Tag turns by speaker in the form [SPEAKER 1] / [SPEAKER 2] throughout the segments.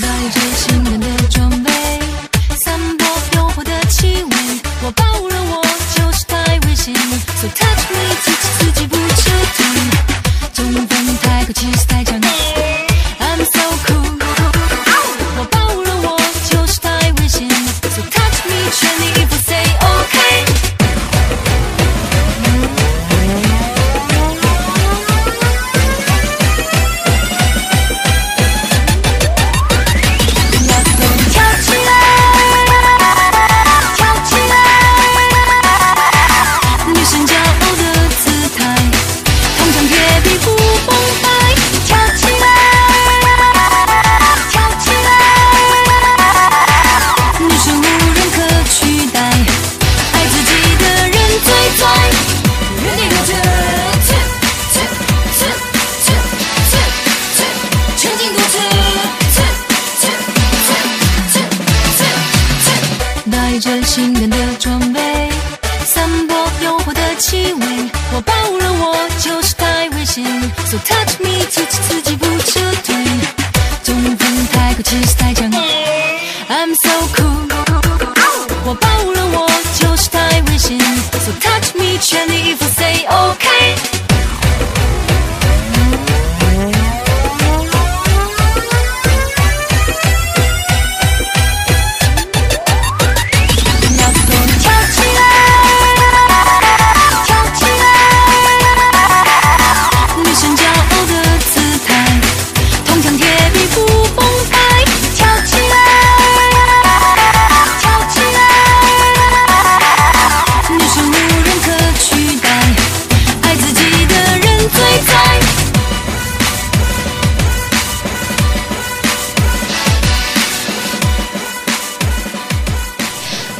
[SPEAKER 1] 带着信任的装备，散播诱惑的气味。我包容我就是太危险，So touch me，自己自己不彻底。中分太过，其实太强。I'm so cool，我包容我就是太危险，So touch me，全力以赴 say OK。跳起来，跳起来，女神骄傲的姿态，通常铁皮不崩坏。跳起来，跳起来，女神无人可取代，爱自己的人最拽。全进独吃，带着性感的装备，散播诱惑的气味。我包容我就是太危险，So touch me，自己自己不撤退。中分太过，其实太强，I'm so cool。我包容我就是太危险，So touch me，全力以赴 say OK。跳起来，跳起来，女神骄傲的姿态，铜墙铁壁不崩坏。跳起来，跳起来，女神无人可取代，爱自己的人最在。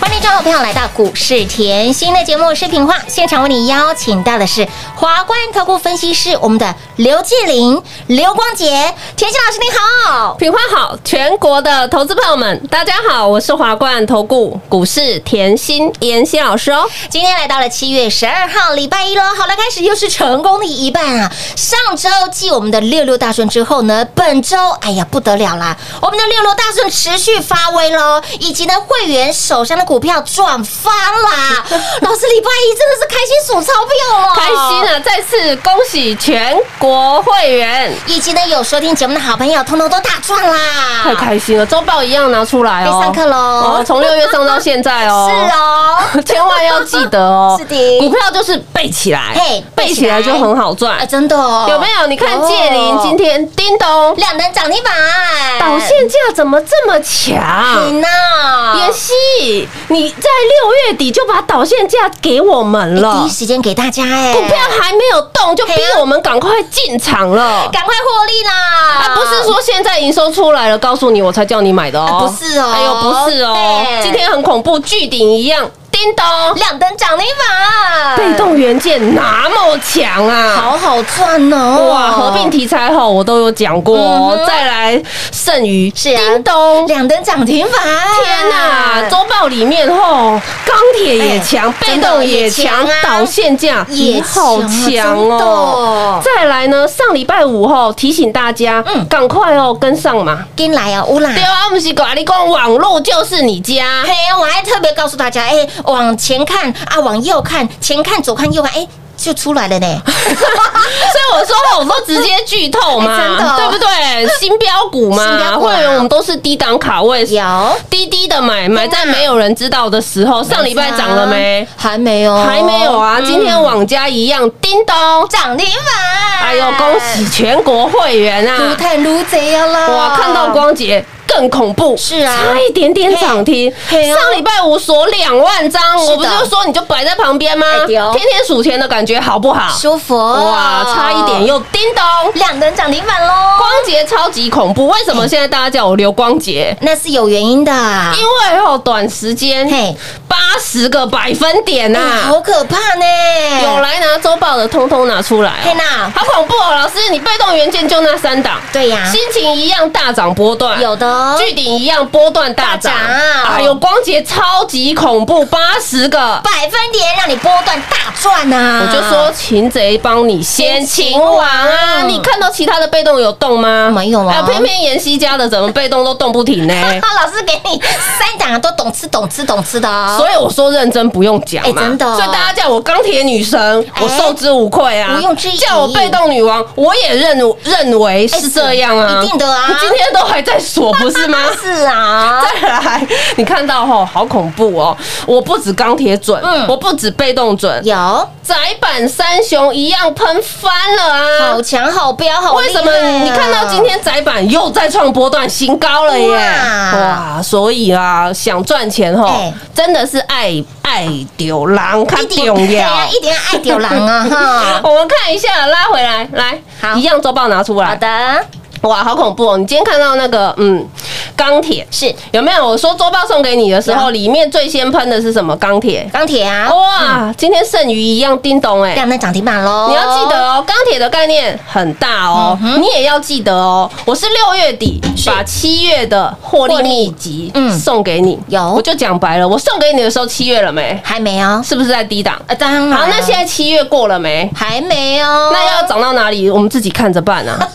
[SPEAKER 2] 欢迎各位朋友来到股市甜心的节目视频化，现场为你邀请到的是华冠投顾分析师我们的刘啊继林、刘光杰，甜心老师你好。
[SPEAKER 3] 品花好，全国的投资朋友们，大家好，我是华冠投顾股市甜心妍希老师哦。
[SPEAKER 2] 今天来到了七月十二号，礼拜一喽。好了，开始又是成功的一半啊！上周继我们的六六大顺之后呢，本周哎呀不得了啦，我们的六六大顺持续发威喽，以及呢会员手上的股票赚翻啦。老师，礼拜一真的是开心数钞票了，
[SPEAKER 3] 开 心啊！再次恭喜全国会员，
[SPEAKER 2] 以及呢有收听节目的好朋友，通通都大赚啦！
[SPEAKER 3] 太开心了！周报一样拿出来哦。
[SPEAKER 2] 可以上课喽
[SPEAKER 3] 哦，从六月上到现在 哦。
[SPEAKER 2] 是。 哦，，
[SPEAKER 3] 千万要记得哦
[SPEAKER 2] 是的
[SPEAKER 3] 股票就是背起来
[SPEAKER 2] 嘿，
[SPEAKER 3] 背起来
[SPEAKER 2] 背起来
[SPEAKER 3] 就很好
[SPEAKER 2] 哎，
[SPEAKER 3] 赚，
[SPEAKER 2] 真的哦，
[SPEAKER 3] 有没有？你看借林
[SPEAKER 2] 哦
[SPEAKER 3] 今天叮咚
[SPEAKER 2] 两人涨停板，
[SPEAKER 3] 导线价怎么这么强？
[SPEAKER 2] 你呢？啊
[SPEAKER 3] 妍希，你在六月底就把导线价给我们
[SPEAKER 2] 第
[SPEAKER 3] 了
[SPEAKER 2] 一，时间给大家哎，
[SPEAKER 3] 股票还没有动，就逼
[SPEAKER 2] 嘿啊
[SPEAKER 3] 我们赶快进场了。
[SPEAKER 2] 赶快获利啦！
[SPEAKER 3] 啊，不是说现在营收出来了，告诉你我才叫你买的
[SPEAKER 2] 啊
[SPEAKER 3] 哦，
[SPEAKER 2] 不是哦
[SPEAKER 3] 哎呦不是哦
[SPEAKER 2] 对，
[SPEAKER 3] 今天很恐怖，巨顶一样，叮咚，
[SPEAKER 2] 亮灯涨停板，
[SPEAKER 3] 被动元件那么强啊！
[SPEAKER 2] 哎好好赚哦！
[SPEAKER 3] 哇，合并题材后我都有讲过哦，
[SPEAKER 2] 嗯哼
[SPEAKER 3] 再来剩余
[SPEAKER 2] 是啊
[SPEAKER 3] 叮咚，
[SPEAKER 2] 两灯涨停板，
[SPEAKER 3] 天呐、周报里面吼，钢铁也强，
[SPEAKER 2] 哎
[SPEAKER 3] 被动也
[SPEAKER 2] 真
[SPEAKER 3] 强
[SPEAKER 2] 的也强啊，
[SPEAKER 3] 导线价
[SPEAKER 2] 也
[SPEAKER 3] 也好强啊
[SPEAKER 2] 强
[SPEAKER 3] 哦
[SPEAKER 2] 啊。
[SPEAKER 3] 再来呢，上礼拜五吼提醒大家
[SPEAKER 2] 嗯，
[SPEAKER 3] 赶快哦跟上嘛。
[SPEAKER 2] 进来哦，乌啦
[SPEAKER 3] 对。啊，我们是跟你讲，网络就是你 家
[SPEAKER 2] 嘿。，我还特别告诉大家，哎，往前看啊，往右看，前看左看右看，哎，就出来了 呢。
[SPEAKER 3] 所以我说我都直接剧透嘛，
[SPEAKER 2] 哎真的哦
[SPEAKER 3] 对不 对？新标股嘛，
[SPEAKER 2] 新标股啊
[SPEAKER 3] 会员我们都是低档卡位，
[SPEAKER 2] 有
[SPEAKER 3] 低低的买，买在没有人知道的时候。上礼拜涨了没？？
[SPEAKER 2] 还没哦有，
[SPEAKER 3] 还没有啊，今天网家一样，叮咚！
[SPEAKER 2] 涨停板。
[SPEAKER 3] 哎呦，恭喜全国会员
[SPEAKER 2] 撸
[SPEAKER 3] 啊！
[SPEAKER 2] 碳撸贼啊啦！
[SPEAKER 3] 哇，看到光洁更恐怖，
[SPEAKER 2] 是啊
[SPEAKER 3] 差一点点涨停。
[SPEAKER 2] 嘿嘿哦
[SPEAKER 3] 上礼拜五锁两万张，
[SPEAKER 2] 是的
[SPEAKER 3] 我不就说你就摆在旁边吗？
[SPEAKER 2] 哎对哦
[SPEAKER 3] 天天数钱的感觉好不好？
[SPEAKER 2] 舒服哦
[SPEAKER 3] 啊哇，差一点又叮咚。
[SPEAKER 2] 两根涨停板喽
[SPEAKER 3] 光，洁超级恐怖，为什么现在大家叫我刘光洁？
[SPEAKER 2] 那是有原因的啊。
[SPEAKER 3] 因为哦，短时间
[SPEAKER 2] 嘿嗯
[SPEAKER 3] 八十个百分点
[SPEAKER 2] 哇
[SPEAKER 3] 呐、
[SPEAKER 2] 哎好可怕呢！
[SPEAKER 3] 有来拿周报的，通通拿出来
[SPEAKER 2] 嘿
[SPEAKER 3] 哦、
[SPEAKER 2] 娜，
[SPEAKER 3] 好恐怖哦！老师，你被动元件就那三档，
[SPEAKER 2] 对呀，
[SPEAKER 3] 心情一样大涨波段，
[SPEAKER 2] 啊有的哦
[SPEAKER 3] 巨顶一样波段大涨，
[SPEAKER 2] 大涨啊
[SPEAKER 3] 哎呦，光洁超级恐怖，八十个。
[SPEAKER 2] 百分点让你波段大赚啊呐！
[SPEAKER 3] 我就说擒贼帮你先擒王啊！
[SPEAKER 2] 嗯
[SPEAKER 3] 你看到其他的被动有动吗？
[SPEAKER 2] 没有啊
[SPEAKER 3] 哎呦偏偏妍希家的怎么被动都动不 停呢？
[SPEAKER 2] 老师给你三档啊都懂吃懂吃懂吃的哦，
[SPEAKER 3] 所以我说认真不用讲嘛，
[SPEAKER 2] 哎真的哦
[SPEAKER 3] 所以大家叫我钢铁女神，
[SPEAKER 2] 哎
[SPEAKER 3] 我受之无愧啊，
[SPEAKER 2] 毋庸置疑
[SPEAKER 3] 叫我被动女王，我也认认为是这样啊，
[SPEAKER 2] 哎是一定的啊
[SPEAKER 3] 今天都还在锁，不是吗？
[SPEAKER 2] 是啊，
[SPEAKER 3] 再来， 你看到吼，好恐怖哦！我不止钢铁准，
[SPEAKER 2] 嗯
[SPEAKER 3] 我不止被动准，
[SPEAKER 2] 有
[SPEAKER 3] 窄板三雄一样喷翻了啊！
[SPEAKER 2] 好强好标好厉害啊，
[SPEAKER 3] 为什么你看到今天窄板又再创波段新高了耶？
[SPEAKER 2] 哇
[SPEAKER 3] 哇！所以啊，想赚钱吼
[SPEAKER 2] 哎，
[SPEAKER 3] 真的是爱爱丢狼，看
[SPEAKER 2] 一点
[SPEAKER 3] 重
[SPEAKER 2] 对
[SPEAKER 3] 要。
[SPEAKER 2] 啊一点爱丢狼啊 哈！
[SPEAKER 3] 我们看一下，拉回来，来，
[SPEAKER 2] 好
[SPEAKER 3] 一样周报拿出来。
[SPEAKER 2] 好的，
[SPEAKER 3] 哇，好恐怖哦！你今天看到那个，嗯，钢铁
[SPEAKER 2] 是
[SPEAKER 3] 有没有？我说周报送给你的时候，
[SPEAKER 2] 有
[SPEAKER 3] 里面最先喷的是什么？钢铁。
[SPEAKER 2] 钢铁啊，
[SPEAKER 3] 哦哇，今天剩余一样叮咚哎、
[SPEAKER 2] 亮灯涨停板喽！
[SPEAKER 3] 你要记得哦，钢铁的概念很大哦，
[SPEAKER 2] 嗯哼
[SPEAKER 3] 你也要记得哦。我是六月底把七月的获利秘籍
[SPEAKER 2] 嗯
[SPEAKER 3] 送给你，
[SPEAKER 2] 有
[SPEAKER 3] 我就讲白了，我送给你的时候七月了没？
[SPEAKER 2] 还没哦，
[SPEAKER 3] 是不是在低档？
[SPEAKER 2] 啊，当然，
[SPEAKER 3] 好，那现在七月过了没？
[SPEAKER 2] 还没哦，
[SPEAKER 3] 那要涨到哪里，我们自己看着办 啊，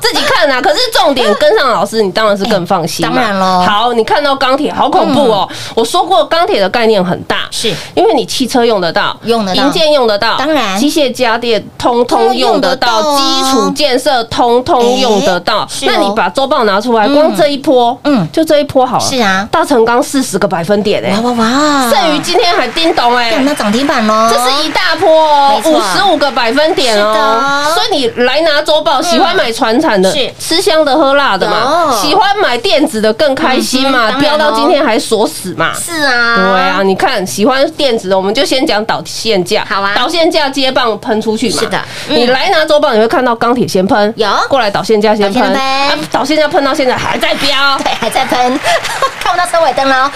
[SPEAKER 3] 自己看啊。可是重点跟上老师，你当然是更放心嘛、
[SPEAKER 2] 哎当然咯嗯
[SPEAKER 3] 好，你看到钢铁，好恐怖哦！我说过，钢铁的概念很大，
[SPEAKER 2] 是
[SPEAKER 3] 因为你汽车用得到，
[SPEAKER 2] 用得到
[SPEAKER 3] 银件用得到，
[SPEAKER 2] 当然
[SPEAKER 3] 机械家电通通用得到，
[SPEAKER 2] 通通用得到
[SPEAKER 3] 基
[SPEAKER 2] 啊
[SPEAKER 3] 础建设通通用得到。
[SPEAKER 2] 是哦
[SPEAKER 3] 那你把周报拿出来，光这一波，嗯
[SPEAKER 2] 嗯，
[SPEAKER 3] 就这一波好了。
[SPEAKER 2] 是啊
[SPEAKER 3] 大成钢四十个百分点哎
[SPEAKER 2] 哇，哇哇，
[SPEAKER 3] 剩余今天还叮咚哎，
[SPEAKER 2] 亮灯涨停板喽，
[SPEAKER 3] 这是一大波哦，
[SPEAKER 2] 啊没
[SPEAKER 3] 五
[SPEAKER 2] 错
[SPEAKER 3] 十五个百分点
[SPEAKER 2] 是
[SPEAKER 3] 哦
[SPEAKER 2] 的，
[SPEAKER 3] 所以你来拿周报，喜欢买船产的
[SPEAKER 2] 是，
[SPEAKER 3] 吃香的喝辣的嘛，
[SPEAKER 2] 有
[SPEAKER 3] 喜欢买电子的更开心
[SPEAKER 2] 嗯
[SPEAKER 3] 嘛，
[SPEAKER 2] 哼当然
[SPEAKER 3] 飙到
[SPEAKER 2] 哦
[SPEAKER 3] 今天还锁死嘛。
[SPEAKER 2] 是啊，
[SPEAKER 3] 对啊，，你看喜欢电子的，我们就先讲导线价，
[SPEAKER 2] 好啊
[SPEAKER 3] 导线价接棒喷出去嘛。
[SPEAKER 2] 是的嗯
[SPEAKER 3] 你来拿周报，你会看到钢铁先喷，
[SPEAKER 2] 有
[SPEAKER 3] 过来导线价先喷，
[SPEAKER 2] 导线喷
[SPEAKER 3] 啊导线价喷到现在还在飙，
[SPEAKER 2] 对，还在喷， 看不到车尾灯 喽，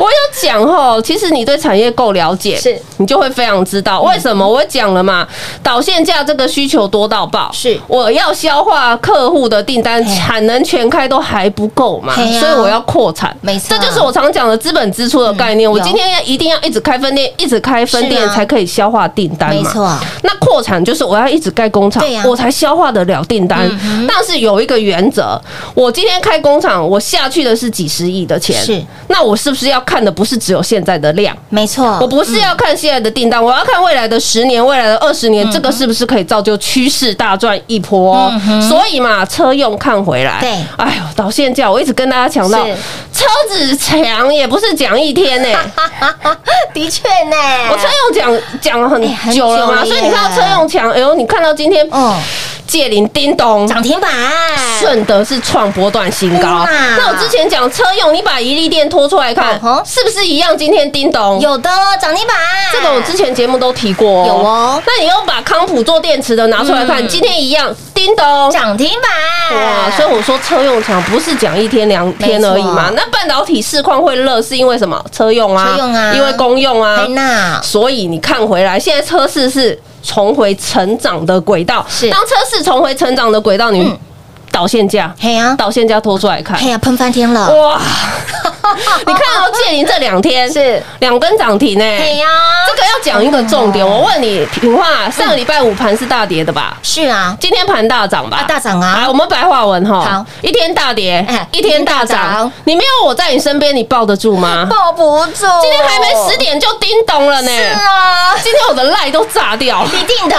[SPEAKER 3] 我有讲吼，其实你对产业够了解，
[SPEAKER 2] 是嗯
[SPEAKER 3] 你就会非常知道为什么我讲了嘛，导线价这个需求多到爆，
[SPEAKER 2] 是
[SPEAKER 3] 我要消化客户的订单，产能全开都还不够嘛，
[SPEAKER 2] 嘿啊
[SPEAKER 3] 所以我要扩产，
[SPEAKER 2] 没错
[SPEAKER 3] 这就是我常讲的资本支出的概
[SPEAKER 2] 嗯
[SPEAKER 3] 念。我
[SPEAKER 2] 有
[SPEAKER 3] 今天要一定要一直开分店，一直开分店
[SPEAKER 2] 是啊
[SPEAKER 3] 才可以消化订单嘛，
[SPEAKER 2] 没错。
[SPEAKER 3] 那扩产就是我要一直盖工厂
[SPEAKER 2] 对，呀嗯
[SPEAKER 3] 我才消化得了订单。但是有一个原则，我今天开工厂，我下去的是几十亿的钱，
[SPEAKER 2] 是。
[SPEAKER 3] 那我是不是要看的不是只有现在的量？
[SPEAKER 2] 没错，
[SPEAKER 3] 我不是要看现在的订单，我要看未来的十年、未来的二十年，这个
[SPEAKER 2] 嗯
[SPEAKER 3] 是不是可以造就趋势大赚一波哦？所以嘛，车用看回来，
[SPEAKER 2] 对
[SPEAKER 3] 哎呦，导线价我一直跟大家强调
[SPEAKER 2] 是，哎
[SPEAKER 3] 车子强也不是讲 一天呢、
[SPEAKER 2] 的确呢，
[SPEAKER 3] 我车用讲讲了
[SPEAKER 2] 哎
[SPEAKER 3] 很
[SPEAKER 2] 很
[SPEAKER 3] 久了
[SPEAKER 2] 久
[SPEAKER 3] 嘛，
[SPEAKER 2] 了
[SPEAKER 3] 所以你看到
[SPEAKER 2] 耶
[SPEAKER 3] 车用强，哎呦，你看到今天
[SPEAKER 2] 哦，
[SPEAKER 3] 借零叮咚。
[SPEAKER 2] 涨停板，
[SPEAKER 3] 顺德是创波段新高
[SPEAKER 2] 哇。
[SPEAKER 3] 那我之前讲车用，你把一利店拖出来看
[SPEAKER 2] 嗯，哼
[SPEAKER 3] 是不是一样？今天叮咚，
[SPEAKER 2] 有的哦涨停板，
[SPEAKER 3] 这个我之前节目都提过哦。
[SPEAKER 2] 有哦
[SPEAKER 3] 那你又把康普做电池的拿出来看，
[SPEAKER 2] 嗯
[SPEAKER 3] 今天一样叮咚。
[SPEAKER 2] 涨停板，
[SPEAKER 3] 哇！所以我说车用强不是讲一天两天而已嘛
[SPEAKER 2] 没错。
[SPEAKER 3] 那半导体市况会热，是因为什么？车用啊，
[SPEAKER 2] 车用啊
[SPEAKER 3] 因为公用啊
[SPEAKER 2] 哎。那
[SPEAKER 3] 所以你看回来，现在车市是重回成长的轨道。
[SPEAKER 2] 是
[SPEAKER 3] 当车市重回成长的轨道，你
[SPEAKER 2] 嗯
[SPEAKER 3] 导线价，
[SPEAKER 2] 嘿呀，
[SPEAKER 3] 导线价拖出来看，
[SPEAKER 2] 嘿呀，啊喷翻天
[SPEAKER 3] 哦
[SPEAKER 2] 了，
[SPEAKER 3] 哇！你看到借零这两天
[SPEAKER 2] 是
[SPEAKER 3] 两根涨停呢，
[SPEAKER 2] 嘿呀，啊嗯
[SPEAKER 3] 这这个要讲一个重点。我问你，平话上个礼拜五盘是大跌的吧？
[SPEAKER 2] 是啊，
[SPEAKER 3] 今天盘大涨
[SPEAKER 2] 啊
[SPEAKER 3] 吧？
[SPEAKER 2] 大涨啊
[SPEAKER 3] 来，我们白话文哈，
[SPEAKER 2] 好
[SPEAKER 3] 一天大跌
[SPEAKER 2] 哎，
[SPEAKER 3] 一天大
[SPEAKER 2] 一天大
[SPEAKER 3] 涨
[SPEAKER 2] 涨，
[SPEAKER 3] 你没有我在你身边，你抱得住吗？
[SPEAKER 2] 抱不住，
[SPEAKER 3] 今天还没十点就叮咚了呢，
[SPEAKER 2] 是啊，
[SPEAKER 3] 今天我的赖都炸掉。
[SPEAKER 2] 一定的，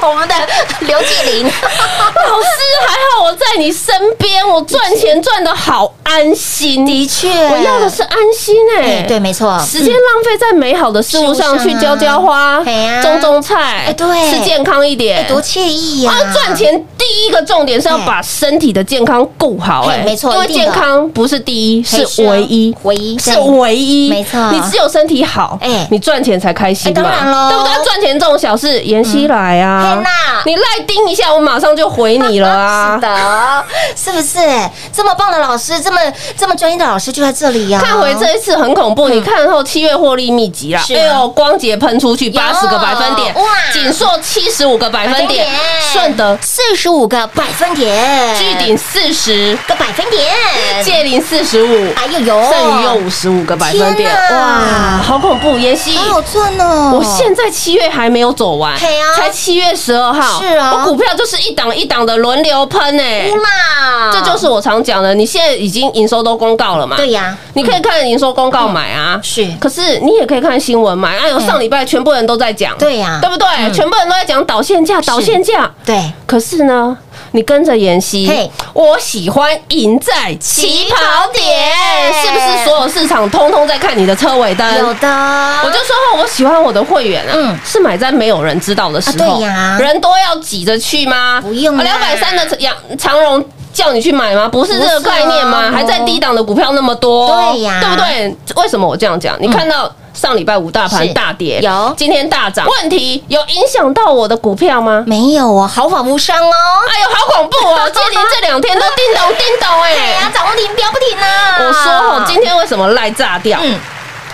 [SPEAKER 2] 我们的刘继林，
[SPEAKER 3] 老师，还好我在你身边，我赚钱赚的好安心。的
[SPEAKER 2] 确
[SPEAKER 3] 我要的是安心 哎、
[SPEAKER 2] 哎，对，没错，
[SPEAKER 3] 时间浪费在美好的事物上，
[SPEAKER 2] 事物
[SPEAKER 3] 去
[SPEAKER 2] 上啊
[SPEAKER 3] 浇浇花
[SPEAKER 2] 哎呀、
[SPEAKER 3] 种种菜
[SPEAKER 2] 哎，对哎
[SPEAKER 3] 吃健康一点。
[SPEAKER 2] 多惬意呀、
[SPEAKER 3] 啊，赚钱第一个重点是要把身体的健康顾好，哎
[SPEAKER 2] 嘿，没错
[SPEAKER 3] 因为
[SPEAKER 2] 一定的
[SPEAKER 3] 健康不是第一，
[SPEAKER 2] 嘿
[SPEAKER 3] 是唯一
[SPEAKER 2] 啊，唯一
[SPEAKER 3] 是
[SPEAKER 2] 对
[SPEAKER 3] 唯一，
[SPEAKER 2] 没错
[SPEAKER 3] 你只有身体好，
[SPEAKER 2] 哎
[SPEAKER 3] 你赚钱才开心嘛，
[SPEAKER 2] 哎当然咯嗯
[SPEAKER 3] 对不对？赚钱这种小事，妍希来啊
[SPEAKER 2] 嘿呐，
[SPEAKER 3] 你赖盯一下，我马上就回你了 啊
[SPEAKER 2] 是。的，是不是？这么棒的老师，这么这么专业的老师就在这里呀、
[SPEAKER 3] 看回这一次很恐怖，你看后七月获利密集啦，
[SPEAKER 2] 嗯是啊
[SPEAKER 3] 哎呦，光洁喷出去八十个百分点
[SPEAKER 2] 哇，
[SPEAKER 3] 锦硕七十五个百分
[SPEAKER 2] 百
[SPEAKER 3] 点
[SPEAKER 2] 分点，哎
[SPEAKER 3] 顺德
[SPEAKER 2] 四十五个百分点，
[SPEAKER 3] 巨顶四十，
[SPEAKER 2] 个百分点，
[SPEAKER 3] 界零四十五，
[SPEAKER 2] 哎呦呦，
[SPEAKER 3] 剩余有五十五个百分点，
[SPEAKER 2] 天
[SPEAKER 3] 哇
[SPEAKER 2] 哪，
[SPEAKER 3] 好恐怖！妍希，
[SPEAKER 2] 好好赚哦！
[SPEAKER 3] 我现在七月还没有走完，
[SPEAKER 2] 嘿啊
[SPEAKER 3] 才七月十二号，
[SPEAKER 2] 是啊嗯
[SPEAKER 3] 我股票就是一档一档的轮流喷哎，
[SPEAKER 2] 嘛，
[SPEAKER 3] 这就是我常讲的，你现在已经营收都公告了嘛，
[SPEAKER 2] 对呀、嗯
[SPEAKER 3] 你可以看营收公告买啊，
[SPEAKER 2] 是嗯
[SPEAKER 3] 可是你也可以看新闻买啊，有上礼拜全部人都在讲，
[SPEAKER 2] 对呀嗯
[SPEAKER 3] 对不对？全部人都在讲导线价，导线价，
[SPEAKER 2] 对，
[SPEAKER 3] 可是呢，你跟着妍希
[SPEAKER 2] 嘿，
[SPEAKER 3] 我喜欢赢在起跑点，是不是？所有市场通通在看你的车尾灯。
[SPEAKER 2] 有的，
[SPEAKER 3] 我
[SPEAKER 2] 嗯我
[SPEAKER 3] 就说哦我喜欢我的会员啊，
[SPEAKER 2] 嗯
[SPEAKER 3] 是买在没有人知道的时候，
[SPEAKER 2] 啊对呀
[SPEAKER 3] 人多要挤着去吗？啊
[SPEAKER 2] 不用啦
[SPEAKER 3] 两百三的长长荣叫你去买吗？不是这个
[SPEAKER 2] 不是哦
[SPEAKER 3] 概念吗？还在低档的股票那么多，
[SPEAKER 2] 对呀
[SPEAKER 3] 对不对？为什么我这样讲？你看到上礼拜五大盘
[SPEAKER 2] 是
[SPEAKER 3] 大跌，
[SPEAKER 2] 有
[SPEAKER 3] 今天大涨，问题有影响到我的股票吗？
[SPEAKER 2] 没有哦，毫发无伤哦。
[SPEAKER 3] 哎呦，好恐 怖哦！接连这两天都叮咚叮咚
[SPEAKER 2] 哎
[SPEAKER 3] 哎、
[SPEAKER 2] 呀，涨不停，飙不停啊！
[SPEAKER 3] 我说哦，今天为什么赖炸掉？
[SPEAKER 2] 嗯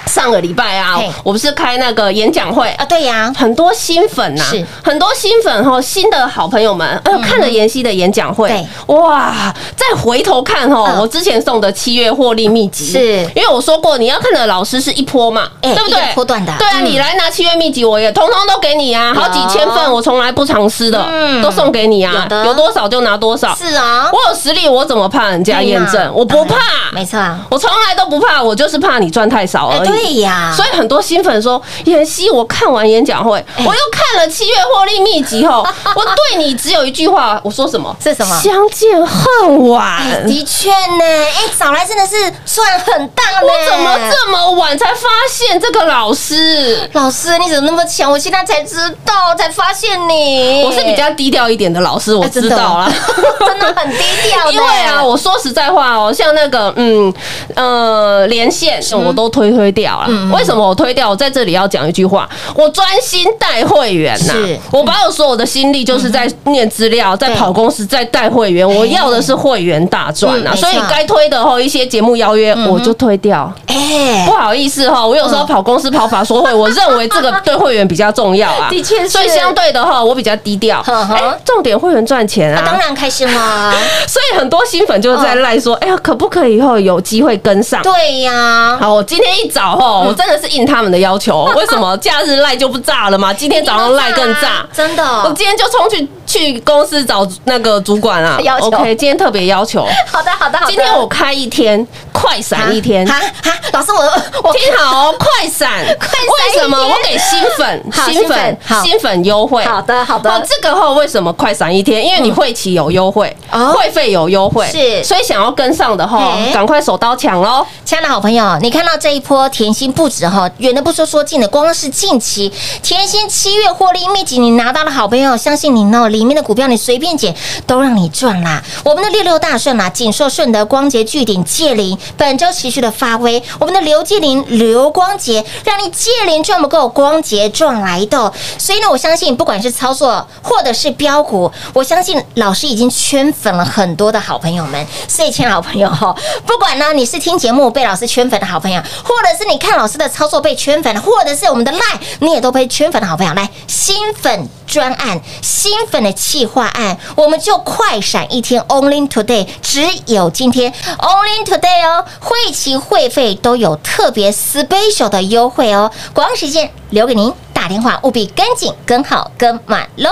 [SPEAKER 3] 上个礼拜啊
[SPEAKER 2] 嘿，
[SPEAKER 3] 我不是开那个演讲会
[SPEAKER 2] 啊，对呀，
[SPEAKER 3] 很多新粉呐、
[SPEAKER 2] 是嗯
[SPEAKER 3] 很多新粉哈，新的好朋友们，哎呦，看了妍希的演讲会
[SPEAKER 2] 对，
[SPEAKER 3] 哇，再回头看哦，
[SPEAKER 2] 嗯
[SPEAKER 3] 我之前送的七月获利秘籍，
[SPEAKER 2] 是
[SPEAKER 3] 因为我说过，你要看的老师是一波嘛，
[SPEAKER 2] 哎
[SPEAKER 3] 对不
[SPEAKER 2] 一
[SPEAKER 3] 对？
[SPEAKER 2] 个波段的
[SPEAKER 3] 对啊，
[SPEAKER 2] 嗯
[SPEAKER 3] 你来拿七月秘籍，我也通通都给你啊，好几千份，我从来不藏私的，
[SPEAKER 2] 嗯
[SPEAKER 3] 都送给你啊
[SPEAKER 2] 有，的
[SPEAKER 3] 有多少就拿多少。
[SPEAKER 2] 是啊，哎
[SPEAKER 3] 我有实力，我怎么怕人家验
[SPEAKER 2] 对
[SPEAKER 3] 证
[SPEAKER 2] 嘛？
[SPEAKER 3] 我不怕，
[SPEAKER 2] 嗯
[SPEAKER 3] 哎
[SPEAKER 2] 没错啊，
[SPEAKER 3] 我从来都不怕，我就是怕你赚太少
[SPEAKER 2] 哎，
[SPEAKER 3] 而已。
[SPEAKER 2] 对呀，
[SPEAKER 3] 所以很多新粉说，妍希，我看完演讲会，
[SPEAKER 2] 哎
[SPEAKER 3] 我又看了七月获利秘籍 后，我对你只有一句话，我说什么？
[SPEAKER 2] 是什么
[SPEAKER 3] 相见恨晚。
[SPEAKER 2] 哎的确呢，哎，早来真的是赚很大呢。
[SPEAKER 3] 我怎么这么晚才发现这个老师？
[SPEAKER 2] 老师，你怎么那么强？我现在才知道，才发现你。
[SPEAKER 3] 我是比较低调一点的老师，我
[SPEAKER 2] 哎真
[SPEAKER 3] 知
[SPEAKER 2] 的
[SPEAKER 3] 道 啦。
[SPEAKER 2] 真的哦很低调呢，
[SPEAKER 3] 因为啊，我说实在话哦，像那个嗯呃连线
[SPEAKER 2] 嗯
[SPEAKER 3] 我都推推掉了。为什么我推掉？我在这里要讲一句话，我专心带会员呐、
[SPEAKER 2] 是嗯
[SPEAKER 3] 我把我所有的心力就是在念资料，在跑公司，在带会员。我要的是会员大赚
[SPEAKER 2] 哎
[SPEAKER 3] 呐、
[SPEAKER 2] 嗯没错嗯
[SPEAKER 3] 所以该推的哦，一些节目邀约我就推掉。
[SPEAKER 2] 哎嗯
[SPEAKER 3] 不，好意思哈，我有时候跑公司跑法说会，我认为这个对会员比较重要啊，
[SPEAKER 2] 的确是
[SPEAKER 3] 所以相对的哈，我比较低调。
[SPEAKER 2] 呵呵
[SPEAKER 3] 哎，重点会员赚钱
[SPEAKER 2] 那
[SPEAKER 3] 啊，
[SPEAKER 2] 当然开心 啦，
[SPEAKER 3] 所以很多新粉就是在赖说，哎呀，可不可以以后有机会跟上？
[SPEAKER 2] 嗯对啊嗯呀，
[SPEAKER 3] 好，我今天一早吼，我真的是应他们的 要求。为什么假日赖就不炸了吗？今天早上赖更 炸。
[SPEAKER 2] 真
[SPEAKER 3] 我
[SPEAKER 2] 的。
[SPEAKER 3] 今天就冲去去公司找那个主管啊
[SPEAKER 2] 要求
[SPEAKER 3] ，OK，今天特别要求，
[SPEAKER 2] 好的，好的，好的。
[SPEAKER 3] 今天我开一天，快闪一天，
[SPEAKER 2] 哈哈，老师我我
[SPEAKER 3] 听好哦，快闪，为什么我给新粉、
[SPEAKER 2] 好
[SPEAKER 3] 新
[SPEAKER 2] 新粉
[SPEAKER 3] 粉、
[SPEAKER 2] 好
[SPEAKER 3] 新粉优惠？
[SPEAKER 2] 好的好的
[SPEAKER 3] 哦，这个后为什么快闪一天？因为你会期有优惠，
[SPEAKER 2] 哦
[SPEAKER 3] 会费有优惠，
[SPEAKER 2] 是
[SPEAKER 3] 所以想要跟上的哈
[SPEAKER 2] 嘿，
[SPEAKER 3] 赶快手刀抢哦喽！
[SPEAKER 2] 亲爱的好朋友，你看到这一波甜心不止哈，远的不说，说近的，光是近期甜心七月获利秘籍，你拿到了好朋友，相信你呢，里面的股票你随便捡都让你赚啦。我们的六六大顺啦，锦硕、顺德、光洁、巨鼎、界林，本周持续的发威。我们的刘界林、刘光洁，让你界林赚不够，光洁赚来的哦。所以呢，我相信不管是操作或者是标股，我相信老师已经圈粉了很多的好朋友们。所以，亲爱的好朋友哈，不管呢你是听节目被老师圈粉的好朋友，或者是你看老师的操作被圈粉，或者是我们的 line 你也都被圈粉的好朋友，来新粉专案、新粉的企划案，我们就快闪一天，Only Today，只有今天，Only Today 哦，会期会费都有特别 special 的优惠哦，广告时间留给您，打电话务必跟紧、跟好、跟满喽。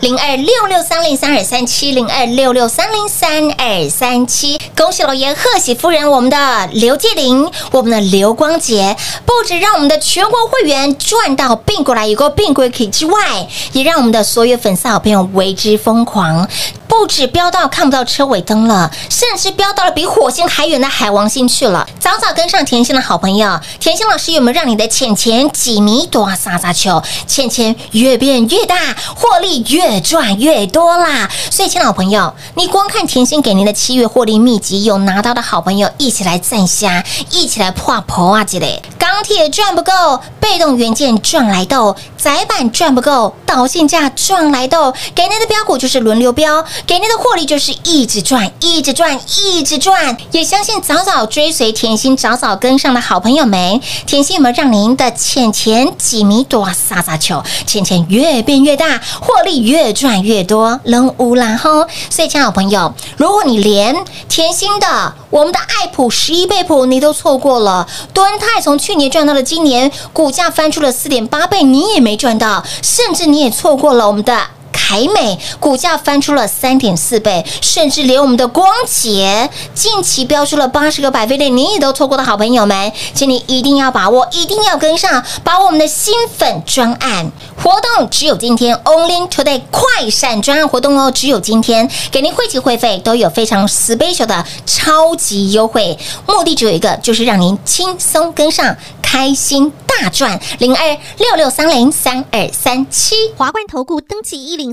[SPEAKER 2] 零二六六三零三二三七零二六六三零三二三七。恭喜老爷，贺喜夫人，我们的刘继玲，我们的刘光杰，不止让我们的全国会员赚到并过来一个并归 K 之外，也让我们的所有粉丝好朋友为之疯狂。不止飙到看不到车尾灯了，甚至飙到了比火星还远的海王星去了。早早跟上甜心的好朋友，甜心老师有没有让你的钱钱几米多撒撒球？钱钱越变越大，获利越赚越多啦！所以，亲老朋友，你光看甜心给您的七月获利秘籍，有拿到的好朋友一起来赞虾，一起来破婆啊之类。钢铁赚不够，被动元件赚来豆，窄板赚不够，导线架赚来豆，给您的标股就是轮流标，给您的获利就是一直赚，一直赚，一直赚。也相信早早追随甜心，早早跟上的好朋友们，甜心有没有让您的钱钱几米多撒撒球，钱钱越变越大，获利越赚越多，扔乌啦吼！所以，亲爱的朋友，如果你连甜心的我们的爱普十一倍普你都错过了，敦泰从去年赚到了今年股价翻出了四点八倍，你也没赚到，甚至你也错过了我们的。凯美股价翻出了三点四倍，甚至连我们的光洁近期飙出了八十个百分点，你也都错过的好朋友们，请你一定要把握，一定要跟上，把握我们的新粉专案活动，只有今天，Only Today 快闪专案活动哦，只有今天，给您汇集会费都有非常 special 的超级优惠，目的只有一个，就是让您轻松跟上，开心大赚，零二六六三零三二三七。
[SPEAKER 4] 华冠投顾登记一零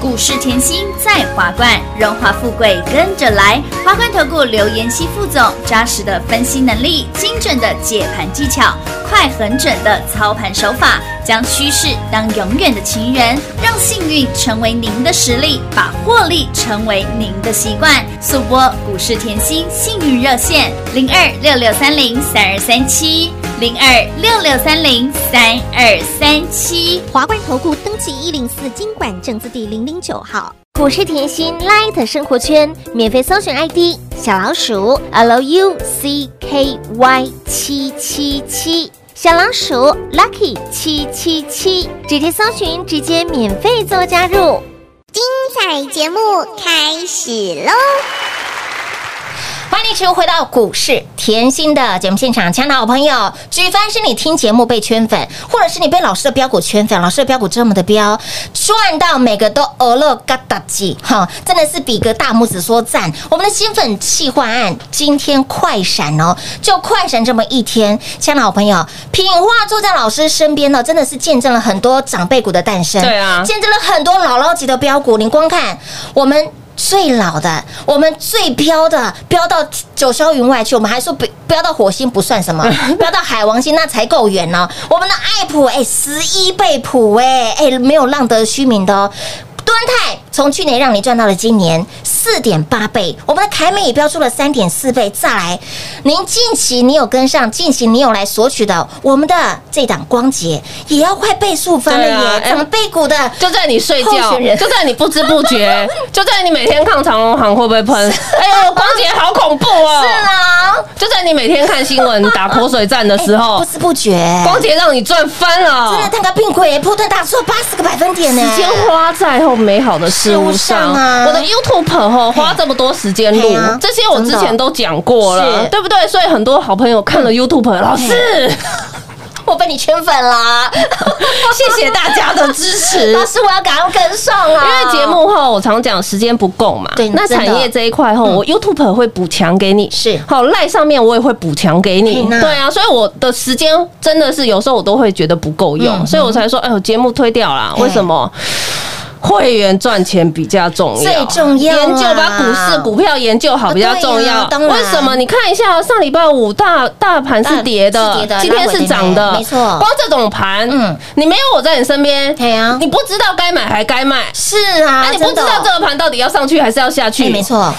[SPEAKER 5] 股市甜心在华冠，荣华富贵跟着来。华冠投顾刘延熙副总，扎实的分析能力，精准的解盘技巧，快狠准的操盘手法，将趋势当永远的情人，让幸运成为您的实力，把获利成为您的习惯。速播股市甜心幸运热线零二六六三零三二三七零二六六三零三二三七。
[SPEAKER 4] 华冠投顾登记一零四经管证字第零零九号。股市甜心 Light 生活圈免费搜寻 ID 小老鼠 Lucky 七七七，小老鼠 Lucky 七七七，直接搜寻，直接免费做加入。精彩节目开始喽！
[SPEAKER 2] 欢迎持续回到股市甜心的节目现场，亲爱的好朋友，举凡是你听节目被圈粉，或者是你被老师的标股圈粉，老师的标股这么的标，赚到每个都俄勒嘎达几哈，真的是比个大拇指说赞。我们的新粉企划案今天快闪哦，就快闪这么一天，亲爱的好朋友，品化坐在老师身边呢，真的是见证了很多长辈股的诞生，
[SPEAKER 3] 对啊
[SPEAKER 2] 见证了很多姥姥级的标股。你光看我们。最老的，我们最标的，标到九霄云外去，我们还说不标到火星不算 什么，标到海王星那才够远呢、我们的爱普哎，十一倍普哎哎，没有浪得虚名的哦。敦泰从去年让你赚到了今年四点八倍，我们的凯美也标出了三点四倍。再来，您近期你有跟上，近期你有来索取的，我们的这档光洁也要快倍数翻了
[SPEAKER 3] 对啊
[SPEAKER 2] 耶，
[SPEAKER 3] 哎
[SPEAKER 2] 长倍股的
[SPEAKER 3] 就在你睡
[SPEAKER 2] 候
[SPEAKER 3] 觉
[SPEAKER 2] 选人，
[SPEAKER 3] 就在你不知不觉， 就在你每天看长隆行会不会喷？哎呦，光姐好恐怖哦！
[SPEAKER 2] 是啊，
[SPEAKER 3] 就在你每天看新闻打口水战的时
[SPEAKER 2] 哎
[SPEAKER 3] 候
[SPEAKER 2] 不，知不觉，
[SPEAKER 3] 光姐让你赚翻
[SPEAKER 2] 真的
[SPEAKER 3] 了。
[SPEAKER 2] 蛋糕并轨，破蛋大出八十个百分点呢。
[SPEAKER 3] 时间花在后美好的事
[SPEAKER 2] 事物
[SPEAKER 3] 物
[SPEAKER 2] 上
[SPEAKER 3] 上
[SPEAKER 2] 啊
[SPEAKER 3] 我的 YouTube 吼花这么多时间
[SPEAKER 2] 嘿
[SPEAKER 3] 录
[SPEAKER 2] 啊，
[SPEAKER 3] 这些我之前都讲过
[SPEAKER 2] 真
[SPEAKER 3] 了
[SPEAKER 2] 的，
[SPEAKER 3] 对不对？所以很多好朋友看
[SPEAKER 2] 嗯
[SPEAKER 3] 了 YouTube，老师，
[SPEAKER 2] 我被你圈粉啦！
[SPEAKER 3] 谢谢大家的支持
[SPEAKER 2] 老。师，我要赶快跟上啊！
[SPEAKER 3] 因为节目后，我常讲时间不够嘛，
[SPEAKER 2] 对
[SPEAKER 3] 那
[SPEAKER 2] 真的嗯
[SPEAKER 3] 产业这一块后，我 YouTube 会补强给你，
[SPEAKER 2] 是哎
[SPEAKER 3] 好赖上面我也会补强给
[SPEAKER 2] 嘿
[SPEAKER 3] 你，
[SPEAKER 2] 呐
[SPEAKER 3] 对啊，所以我的时间真的是有时候我都会觉得不够用，
[SPEAKER 2] 嗯
[SPEAKER 3] 所以我才说，哎呦，节目推掉啦，
[SPEAKER 2] 嘿
[SPEAKER 3] 为什么？会员赚钱比较重要，
[SPEAKER 2] 最重要啊
[SPEAKER 3] 研究把股市股票研究好比较重
[SPEAKER 2] 对
[SPEAKER 3] 要。
[SPEAKER 2] 啊当然
[SPEAKER 3] 为什么？你看一下哦，上礼拜五大大盘是跌
[SPEAKER 2] 大嗯
[SPEAKER 3] 的，
[SPEAKER 2] 是跌的
[SPEAKER 3] 今天是涨
[SPEAKER 2] 拉
[SPEAKER 3] 的，
[SPEAKER 2] 回跌没错
[SPEAKER 3] 光这种盘，
[SPEAKER 2] 嗯
[SPEAKER 3] 嗯，你没有我在你身边，
[SPEAKER 2] 对啊
[SPEAKER 3] 你不知道该买还该卖，
[SPEAKER 2] 是啊，
[SPEAKER 3] 那你不
[SPEAKER 2] 真
[SPEAKER 3] 知
[SPEAKER 2] 的
[SPEAKER 3] 道这个盘到底要上去还是要下
[SPEAKER 2] 哎
[SPEAKER 3] 去？
[SPEAKER 2] 没错，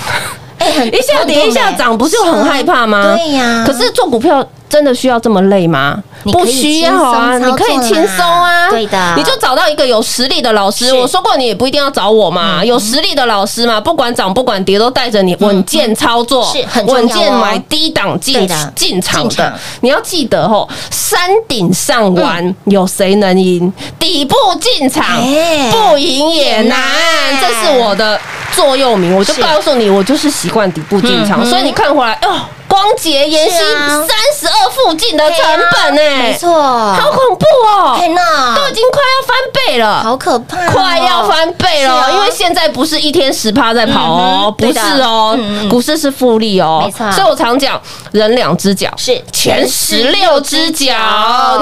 [SPEAKER 2] 哎，很
[SPEAKER 3] 一下跌一下涨，不是就很害怕吗？
[SPEAKER 2] 对呀
[SPEAKER 3] 可是做股票真的需要这么累吗？
[SPEAKER 2] 你可以
[SPEAKER 3] 不需要啊，
[SPEAKER 2] 轻松操作啦
[SPEAKER 3] 你可以轻松啊。
[SPEAKER 2] 对的
[SPEAKER 3] 你就找到一个有实力的老师。
[SPEAKER 2] 是嗯
[SPEAKER 3] 我说过，你也不一定要找我嘛，有实力的老师嘛，不管涨不管跌，都带着你稳健操作，
[SPEAKER 2] 是很重要哦
[SPEAKER 3] 稳健买低档进
[SPEAKER 2] 对的
[SPEAKER 3] 进场
[SPEAKER 2] 进
[SPEAKER 3] 的
[SPEAKER 2] 场。
[SPEAKER 3] 你要记得哦，山顶上玩有谁能赢？底部进场
[SPEAKER 2] 嗯哎
[SPEAKER 3] 不赢也难
[SPEAKER 2] 难，
[SPEAKER 3] 这是我的座右铭。我就告诉你，我就是习惯底部进场，
[SPEAKER 2] 嗯哼
[SPEAKER 3] 所以你看回来，哦，光洁妍希
[SPEAKER 2] 是啊
[SPEAKER 3] 三十二附近的成本呢、
[SPEAKER 2] 哎没错，
[SPEAKER 3] 好恐怖哦
[SPEAKER 2] 哎，那
[SPEAKER 3] 都已经快要翻倍了。
[SPEAKER 2] 好可怕哦，
[SPEAKER 3] 快要翻倍
[SPEAKER 2] 是啊
[SPEAKER 3] 了，因为现在不是一天十趴在跑
[SPEAKER 2] 嗯哼
[SPEAKER 3] 哦，不
[SPEAKER 2] 对的
[SPEAKER 3] 是哦
[SPEAKER 2] 嗯嗯，
[SPEAKER 3] 股市是复利哦，
[SPEAKER 2] 没错
[SPEAKER 3] 所以我常讲，人两只脚
[SPEAKER 2] 是
[SPEAKER 3] 前十六只脚，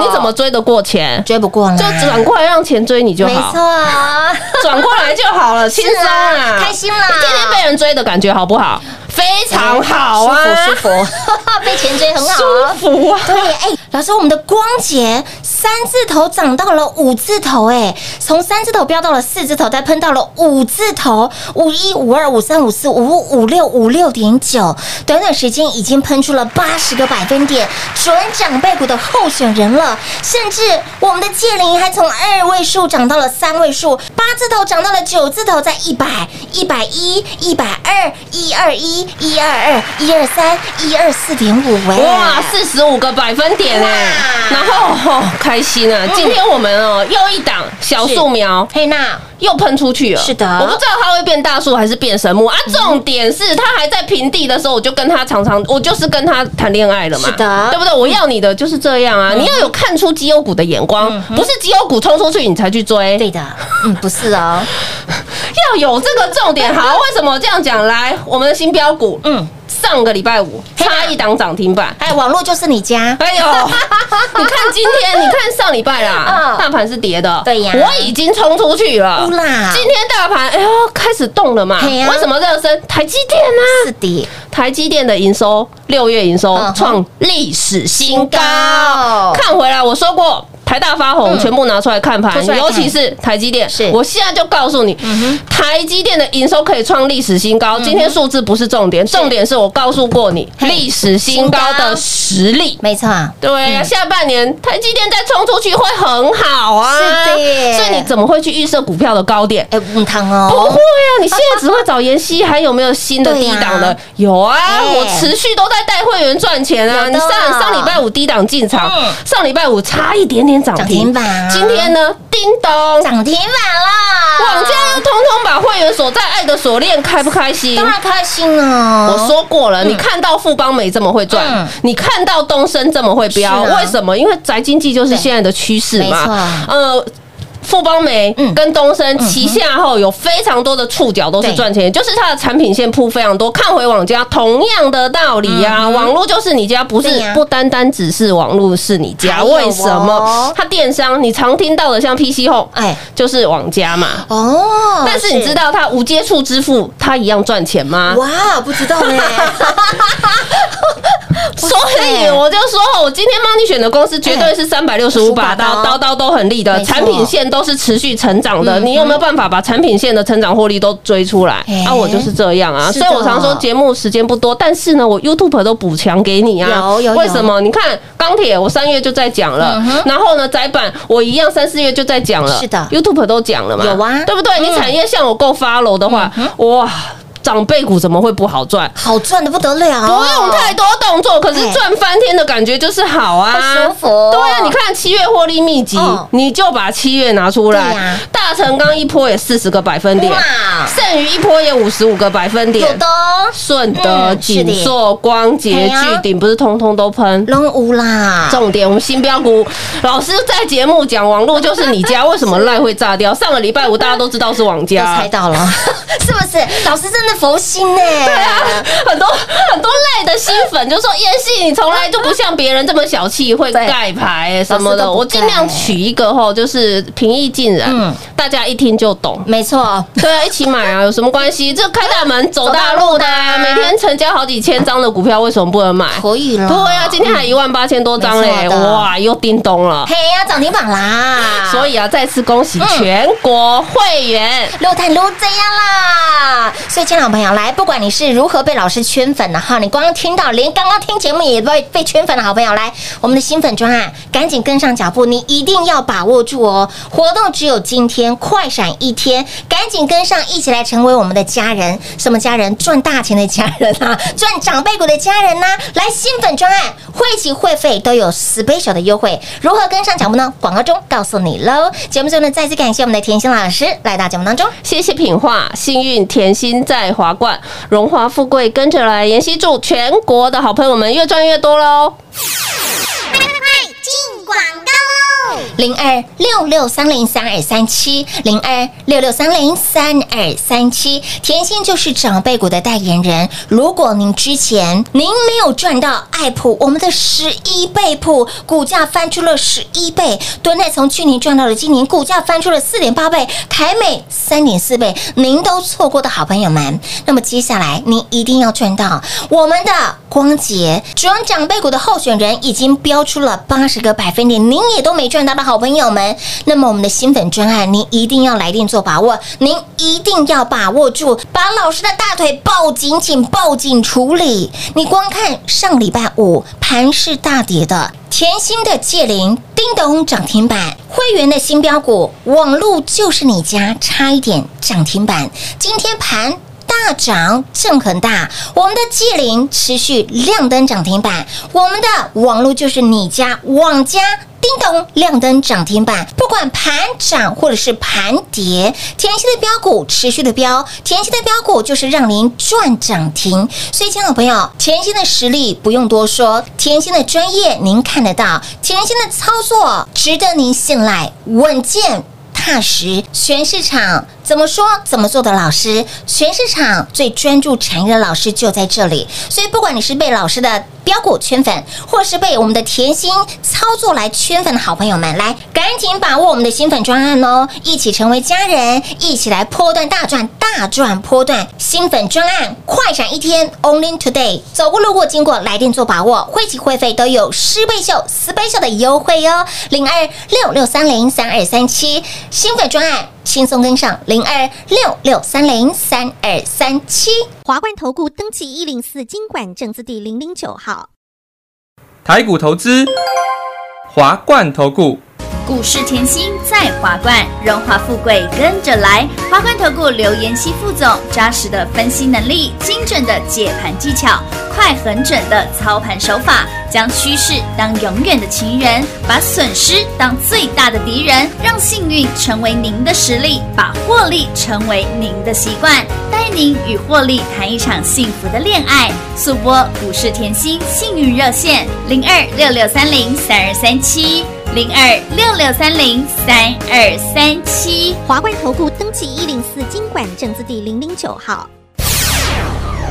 [SPEAKER 3] 你怎么追得过钱？
[SPEAKER 2] 追不过呢？
[SPEAKER 3] 就转过来让钱追你就
[SPEAKER 2] 哎没
[SPEAKER 3] 好
[SPEAKER 2] 错，啊，
[SPEAKER 3] 转过来就好了，轻松
[SPEAKER 2] 是
[SPEAKER 3] 啦
[SPEAKER 2] 啊，开心啦
[SPEAKER 3] 你天天被人追的感觉好不好？非常好啊，
[SPEAKER 2] 舒服舒服，被钱追很好哦，
[SPEAKER 3] 舒服啊。
[SPEAKER 2] 对，哎、老师，我们的光洁三字头涨到了五字头、哎，从三字头飙到了四字头，再喷到了五字头，五一、五二、五三、五四、五五、五六、五六点九，短短时间已经喷出了八十个百分点，准长辈股的候选人了。甚至我们的界灵还从二位数涨到了三位数，八字头涨到了九字头，在一百、一百一、一百二、一二一、一二二、一二三、一二四点五，哎，
[SPEAKER 3] 哇，四十五个百分点哎，然后哦，开心
[SPEAKER 2] 嗯
[SPEAKER 3] 啊！今天我们哦又一档小树苗
[SPEAKER 2] 嘿娜，
[SPEAKER 3] 又喷出去了，
[SPEAKER 2] 是的嗯
[SPEAKER 3] 我不知道它会变大树还是变神木啊。重点是它还在平地的时候，我就跟他常常，我就是跟他谈恋爱了嘛，
[SPEAKER 2] 是的嗯
[SPEAKER 3] 对不对？我要你的就是这样啊，你要有看出绩优股的眼光，不是绩优股冲出去你才去追，
[SPEAKER 2] 对的，嗯，不是哦，
[SPEAKER 3] 要有这个重点。好，为什么这样讲？来，我们的新标股，
[SPEAKER 2] 嗯
[SPEAKER 3] 嗯，上个礼拜五差一档涨停板。
[SPEAKER 2] 哎，网络就是你家，
[SPEAKER 3] 哎 呦，你看今天，你看上礼拜啦，
[SPEAKER 2] 嗯
[SPEAKER 3] 大盘是跌的，
[SPEAKER 2] 对呀
[SPEAKER 3] 我已经冲出去了
[SPEAKER 2] 乌。啦，
[SPEAKER 3] 今天大盘哎呦开始动了嘛？
[SPEAKER 2] 嘿呀
[SPEAKER 3] 为什么热身？台积电啊，
[SPEAKER 2] 是的，
[SPEAKER 3] 台积电的营收六月营收
[SPEAKER 2] 嗯哼
[SPEAKER 3] 创历史新高
[SPEAKER 2] 新高。
[SPEAKER 3] 看回来，我说过。台大发红，全部拿出来看盘
[SPEAKER 2] 拿出来，看
[SPEAKER 3] 尤其是台积电
[SPEAKER 2] 是。嗯
[SPEAKER 3] 我现在就告诉你，台积电的营收可以创历史新高。今天数字不是重点，重点是我告诉过你
[SPEAKER 2] 嘿
[SPEAKER 3] 历史新高
[SPEAKER 2] 新高
[SPEAKER 3] 的实力。
[SPEAKER 2] 没错，哎
[SPEAKER 3] 对
[SPEAKER 2] 嗯
[SPEAKER 3] 呀、下半年台积电再冲出去会很好啊。
[SPEAKER 2] 是的耶
[SPEAKER 3] 所以你怎么会去预设股票的高点？
[SPEAKER 2] 哎，五汤
[SPEAKER 3] 不会
[SPEAKER 2] 哦，
[SPEAKER 3] 啊，你现在只会找妍希，还有没有新的低档
[SPEAKER 2] 对
[SPEAKER 3] 的
[SPEAKER 2] 呀？
[SPEAKER 3] 有啊，
[SPEAKER 2] 哎
[SPEAKER 3] 我持续都在带会员赚钱啊。
[SPEAKER 2] 有
[SPEAKER 3] 你
[SPEAKER 2] 的
[SPEAKER 3] 上
[SPEAKER 2] 啊
[SPEAKER 3] 上礼拜五低档进场
[SPEAKER 2] 嗯，
[SPEAKER 3] 上礼拜五差一点点涨
[SPEAKER 2] 涨停
[SPEAKER 3] 停
[SPEAKER 2] 板啊
[SPEAKER 3] 今天呢，叮咚，
[SPEAKER 2] 涨啊停板啦，
[SPEAKER 3] 网家要通通把会员所在爱的锁链开不开心？
[SPEAKER 2] 当然开心哦，
[SPEAKER 3] 我说过了，你看到富邦美这么会
[SPEAKER 2] 嗯
[SPEAKER 3] 赚，你看到东升这么会飙，
[SPEAKER 2] 是啊
[SPEAKER 3] 为什么？因为宅经济就是现在的趋势
[SPEAKER 2] 对
[SPEAKER 3] 嘛。呃。富邦美
[SPEAKER 2] 嗯
[SPEAKER 3] 跟东升旗下后有非常多的触角都是
[SPEAKER 2] 对
[SPEAKER 3] 赚钱，就是它的产品线铺非常多。看回网家，同样的道理啊，网络就是你家，不是
[SPEAKER 2] 嗯对呀
[SPEAKER 3] 不单单只是网络是你
[SPEAKER 2] 还
[SPEAKER 3] 家。
[SPEAKER 2] 有
[SPEAKER 3] 为什
[SPEAKER 2] 哦
[SPEAKER 3] 么？它电商你常听到的像 PC Home，
[SPEAKER 2] 哎
[SPEAKER 3] 就是网家嘛。
[SPEAKER 2] 哦，
[SPEAKER 3] 但是你知道它无接触支付，它一样赚钱吗？
[SPEAKER 2] 哇，不知道 呢，
[SPEAKER 3] 所以我就说，我今天帮你选的公司绝对是三百六十五把
[SPEAKER 2] 哎
[SPEAKER 3] 刀，刀刀都很利
[SPEAKER 2] 没
[SPEAKER 3] 的，
[SPEAKER 2] 错嗯
[SPEAKER 3] 产品线都是持续成长的。你有没有办法把产品线的成长获利都追出来
[SPEAKER 2] 哎？
[SPEAKER 3] 啊，我就是这样啊，
[SPEAKER 2] 是
[SPEAKER 3] 所
[SPEAKER 2] 的
[SPEAKER 3] 以我常说节目时间不多，但是呢，我 YouTube 都补强给你啊。
[SPEAKER 2] 有有有嗯
[SPEAKER 3] 为什么？你看钢铁，我三月就在讲了，然后呢，窄板我一样三四月就在讲了，
[SPEAKER 2] 是的
[SPEAKER 3] ，YouTube 都讲了嘛，
[SPEAKER 2] 有啊嗯
[SPEAKER 3] 对不对？你产业像我够 follow 的话，哇，长辈股怎么会不好赚？
[SPEAKER 2] 好赚的不得了，
[SPEAKER 3] 不用太多动作，可是赚翻天的感觉就是好啊，
[SPEAKER 2] 会舒服哦
[SPEAKER 3] 对啊，你看七月获利密集
[SPEAKER 2] 嗯，
[SPEAKER 3] 你就把七月拿出
[SPEAKER 2] 对呀
[SPEAKER 3] 来，大成刚一波也四十个百分点，
[SPEAKER 2] 哇，
[SPEAKER 3] 剩余一波也五十五个百分
[SPEAKER 2] 有
[SPEAKER 3] 点
[SPEAKER 2] 的，哦
[SPEAKER 3] 顺德、
[SPEAKER 2] 嗯是的
[SPEAKER 3] 锦硕、光
[SPEAKER 2] 哎
[SPEAKER 3] 洁、
[SPEAKER 2] 呀
[SPEAKER 3] 巨鼎不是通通都喷。
[SPEAKER 2] 龙五啦，
[SPEAKER 3] 重点，我们新标股老师在节目讲网络就是你家，为什么赖会炸掉？上个礼拜五大家都知道是网
[SPEAKER 2] 都
[SPEAKER 3] 家
[SPEAKER 2] 猜，到了，是不是？老师真的佛心呢、
[SPEAKER 3] 很多很多赖的新粉就说：“妍希，你从来就不像别人这么小气，会
[SPEAKER 2] 对
[SPEAKER 3] 盖牌什么
[SPEAKER 2] 老师
[SPEAKER 3] 的。”
[SPEAKER 2] 都不
[SPEAKER 3] 我尽量取一个吼，就是平易近人，
[SPEAKER 2] 嗯
[SPEAKER 3] 大家一听就 懂。
[SPEAKER 2] 没错，
[SPEAKER 3] 对啊，一起 买啊，有什么关系？这开大门走大
[SPEAKER 2] 走大路
[SPEAKER 3] 路
[SPEAKER 2] 的
[SPEAKER 3] 的啊、
[SPEAKER 2] 啊
[SPEAKER 3] 每天成交好几千张的股票，为什么不能买？
[SPEAKER 2] 可以了。
[SPEAKER 3] 对啊，今天还一万八千多张
[SPEAKER 2] 没
[SPEAKER 3] 嘞，
[SPEAKER 2] 错的
[SPEAKER 3] 哇，又叮咚了。
[SPEAKER 2] 嘿嗯呀，涨停板啦！
[SPEAKER 3] 所以啊，再次恭喜全国会员。
[SPEAKER 2] 撸探撸这样啦。所以，亲爱的朋友，来，不管你是如何被老师圈粉的哈，你光听到，连刚刚听节目也被被圈粉的好朋友，来，我们的新粉专案，赶紧跟上脚步，你一定要把握住哦！活动只有今天，快闪一天，赶紧跟上，一起来成为我们的家人。什么家人？赚大钱的家人啊， 赚长辈股的家人呐、来，新粉专案，会期会费都有 special 的优惠，如何跟上脚步呢？广告中告诉你喽。节目最后呢，再次感谢我们的甜心老师来到节目当中。
[SPEAKER 3] 谢谢品画，幸运甜心在华冠，荣华富贵跟着来。妍希祝全国的好朋友们越赚越多喽！
[SPEAKER 4] 进广告喽！
[SPEAKER 2] 零二六六三零三二三七，零二六六三零三二三七。甜心就是长辈股的代言人。如果您之前您没有赚到爱普，我们的十一倍普股价翻出了十一倍，敦泰从去年赚到了今年股价翻出了四点八倍，凯美三点四倍，您都错过的好朋友们，那么接下来您一定要赚到我们的光洁主要长辈股的候选人已经标出了八十个百分点，您也都没赚到的好朋友们，那么我们的新粉专案，您一定要来电做把握，您一定要把握住，把老师的大腿抱紧紧，抱紧处理。你光看上礼拜五盘势大跌的。甜心的界零叮咚涨停板，会员的新标股网路就是你家，差一点涨停板。今天盘大涨，震很大。我们的界零持续亮灯涨停板，我们的网络就是你家网家。叮咚，亮灯涨停板，不管盘涨或者是盘跌，甜心的标股持续的标，甜心的标股就是让您赚涨停。所以，亲爱的朋友，甜心的实力不用多说，甜心的专业您看得到，甜心的操作值得您信赖，稳健。踏实，全市场怎么说怎么做的老师，全市场最专注产业的老师就在这里。所以，不管你是被老师的标股圈粉，或是被我们的甜心操作来圈粉的好朋友们，来赶紧把握我们的新粉专案哦，一起成为家人，一起来波段大赚，大赚波段新粉专案，快闪一天，Only Today，走过路过经过来电做把握，会期会费都有十倍秀、十倍秀的优惠哦，零二六六三零三二三七新粉专案。轻松跟上零二六六三零三二三七。
[SPEAKER 4] 华冠投顾登记一零四经管证字第零零九号。
[SPEAKER 6] 台股投资，华冠投顾。
[SPEAKER 5] 股市甜心在华冠，荣华富贵跟着来。华冠投顾刘延熙副总，扎实的分析能力，精准的解盘技巧，快狠准的操盘手法，将趋势当永远的情人，把损失当最大的敌人，让幸运成为您的实力，把获利成为您的习惯，带您与获利谈一场幸福的恋爱。速播股市甜心幸运热线零二六六三零三二三七。零二六六三零三二三七。
[SPEAKER 4] 华冠投顾登记一零四经管证字第零零九号。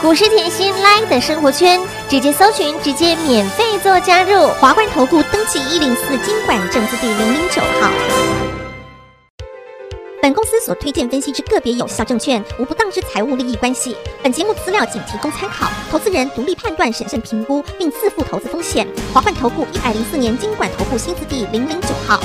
[SPEAKER 4] 股市甜心 Line 的生活圈，直接搜寻，直接免费做加入。华冠投顾登记一零四经管证字第零零九号。本公司所推荐分析之个别有效证券，无不当之财务利益关系。本节目资料仅提供参考，投资人独立判断、审慎评估，并自负投资风险。华冠投顾一百零四年经管投顾新字第零零九号。